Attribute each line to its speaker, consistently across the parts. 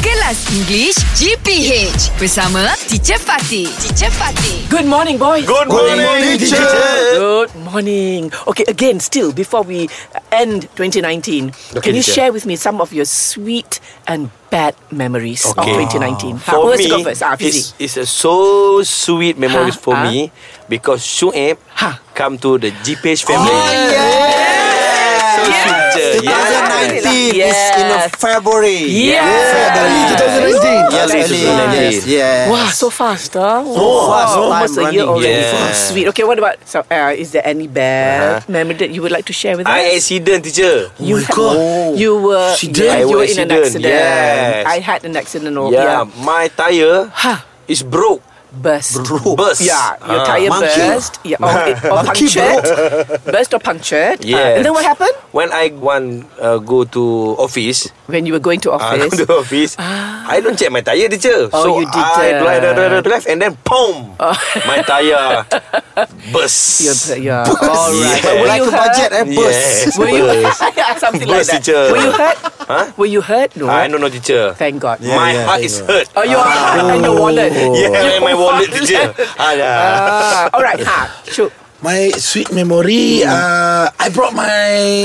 Speaker 1: Kelas English GPH bersama Teacher Fatih. Teacher Fatih.
Speaker 2: Good morning, boys.
Speaker 3: Good morning, teacher.
Speaker 2: Good morning. Okay, again, still before we end 2019, can you
Speaker 3: teacher.
Speaker 2: share with me some of your sweet and bad memories
Speaker 3: Okay.
Speaker 2: of 2019?
Speaker 3: For
Speaker 2: who wants
Speaker 3: me,
Speaker 2: to go first? Ah,
Speaker 3: it's,
Speaker 2: Fizi.
Speaker 3: it's a so sweet memories
Speaker 2: Ha,
Speaker 3: for
Speaker 2: ha.
Speaker 3: me because Shuib
Speaker 2: Ha. Oh,
Speaker 3: come to the GPH family. So sweet. je.
Speaker 2: Yes.
Speaker 4: 2019 is in a
Speaker 2: Yes.
Speaker 4: February.
Speaker 2: Yes.
Speaker 4: February
Speaker 2: Yes.
Speaker 4: 2019. Yes,
Speaker 3: Early
Speaker 4: early.
Speaker 3: 2019.
Speaker 4: Yes, yes.
Speaker 2: Wow, so fast, huh?
Speaker 4: So fast,
Speaker 2: Wow,
Speaker 4: time
Speaker 2: almost a
Speaker 4: running.
Speaker 2: year already.
Speaker 3: Yeah.
Speaker 2: Sweet. Okay, what about, so, uh, is there any bad memory that you would like to share with us?
Speaker 3: Uh-huh. I Oh accident teacher.
Speaker 4: my
Speaker 2: You had-
Speaker 4: God.
Speaker 2: You were, yeah,
Speaker 3: I
Speaker 2: you were
Speaker 3: was
Speaker 2: in an
Speaker 3: accident,
Speaker 2: accident.
Speaker 3: yes.
Speaker 2: I had an accident. Oh,
Speaker 3: Yeah,
Speaker 2: yeah.
Speaker 3: my tire
Speaker 2: Ha.
Speaker 3: is broke.
Speaker 2: Burst.
Speaker 3: Burst.
Speaker 2: Yeah, your
Speaker 3: Ah.
Speaker 2: tire
Speaker 4: Monkey.
Speaker 2: burst. Yeah, or, it- or
Speaker 4: Monkey
Speaker 2: punctured. burst or punctured.
Speaker 3: Yes.
Speaker 2: and then what happened?
Speaker 3: When I want uh, go to office,
Speaker 2: When you were going to
Speaker 3: uh, go
Speaker 2: office.
Speaker 3: to office, I don't check my tire, teacher.
Speaker 2: Ah. Oh,
Speaker 3: so
Speaker 2: you Oh.
Speaker 3: I
Speaker 2: didn't.
Speaker 3: drive, drive, drive, drive, and then boom, my tire burst.
Speaker 2: You're, yeah. All right.
Speaker 3: Yes.
Speaker 2: But were
Speaker 4: Like
Speaker 2: you
Speaker 4: a budget
Speaker 2: hurt?
Speaker 5: eh?
Speaker 4: and
Speaker 3: Yes.
Speaker 4: burst.
Speaker 2: Were you
Speaker 3: Burst.
Speaker 2: something
Speaker 3: Burst,
Speaker 2: like that?
Speaker 3: teacher.
Speaker 2: Were you hurt?
Speaker 3: Huh?
Speaker 2: Were you hurt? No.
Speaker 3: I don't know, Ah. teacher.
Speaker 2: Thank God.
Speaker 4: Yeah. Oh.
Speaker 3: my heart
Speaker 4: thank you.
Speaker 3: is hurt.
Speaker 2: Oh, your heart and your wallet.
Speaker 3: Yeah,
Speaker 2: Your
Speaker 3: my
Speaker 2: wallet.
Speaker 3: wallet teacher. Alah.
Speaker 2: Ah, all right. Ha. Shoot.
Speaker 5: My sweet memory
Speaker 2: Hmm.
Speaker 5: uh, I brought my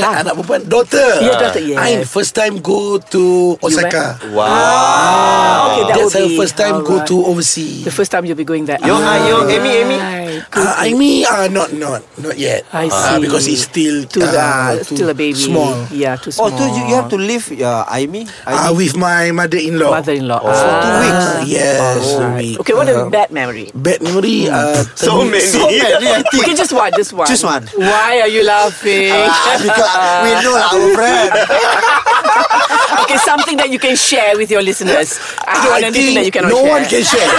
Speaker 2: Ah.
Speaker 5: Anak perempuan Daughter
Speaker 2: Your daughter, yes.
Speaker 5: I first time go to Osaka
Speaker 3: Wow.
Speaker 2: Ah, okay, that
Speaker 5: That's
Speaker 2: would
Speaker 5: her
Speaker 2: be
Speaker 5: first
Speaker 2: all
Speaker 5: time go
Speaker 2: right.
Speaker 5: to overseas
Speaker 2: The first time you'll be going there. Ah,
Speaker 3: Yo, hi, yo, Amy, Amy.
Speaker 2: Right.
Speaker 5: uh, I mean uh, not not not yet
Speaker 2: I
Speaker 5: Uh,
Speaker 2: see.
Speaker 5: Because it's still
Speaker 2: Too,
Speaker 5: uh,
Speaker 2: uh, still a baby.
Speaker 5: Small
Speaker 2: Yeah, too small.
Speaker 4: Oh, so you, you have to leave uh, Aimi?
Speaker 5: uh, With my mother-in-law
Speaker 2: mother-in-law.
Speaker 5: For
Speaker 2: Ah.
Speaker 5: two weeks Yes two weeks. Uh-huh.
Speaker 2: Okay, what a bad memory.
Speaker 5: Bad memory uh,
Speaker 3: Hmm. So
Speaker 5: term-
Speaker 3: many.
Speaker 4: so badly, I think.
Speaker 2: Okay, just one, just one.
Speaker 4: Just one.
Speaker 2: Why are you laughing?
Speaker 4: Ah, because we know lah, our friend.
Speaker 2: Ah, okay, something that you can share with your listeners. I don't want
Speaker 5: I
Speaker 2: anything that you cannot
Speaker 5: think No
Speaker 2: share.
Speaker 5: one can share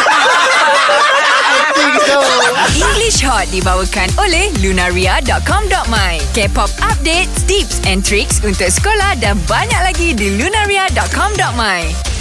Speaker 1: English Hot dibawakan oleh lunaria.com.my. K-pop updates, tips and tricks untuk sekolah dan banyak lagi di lunaria.com.my.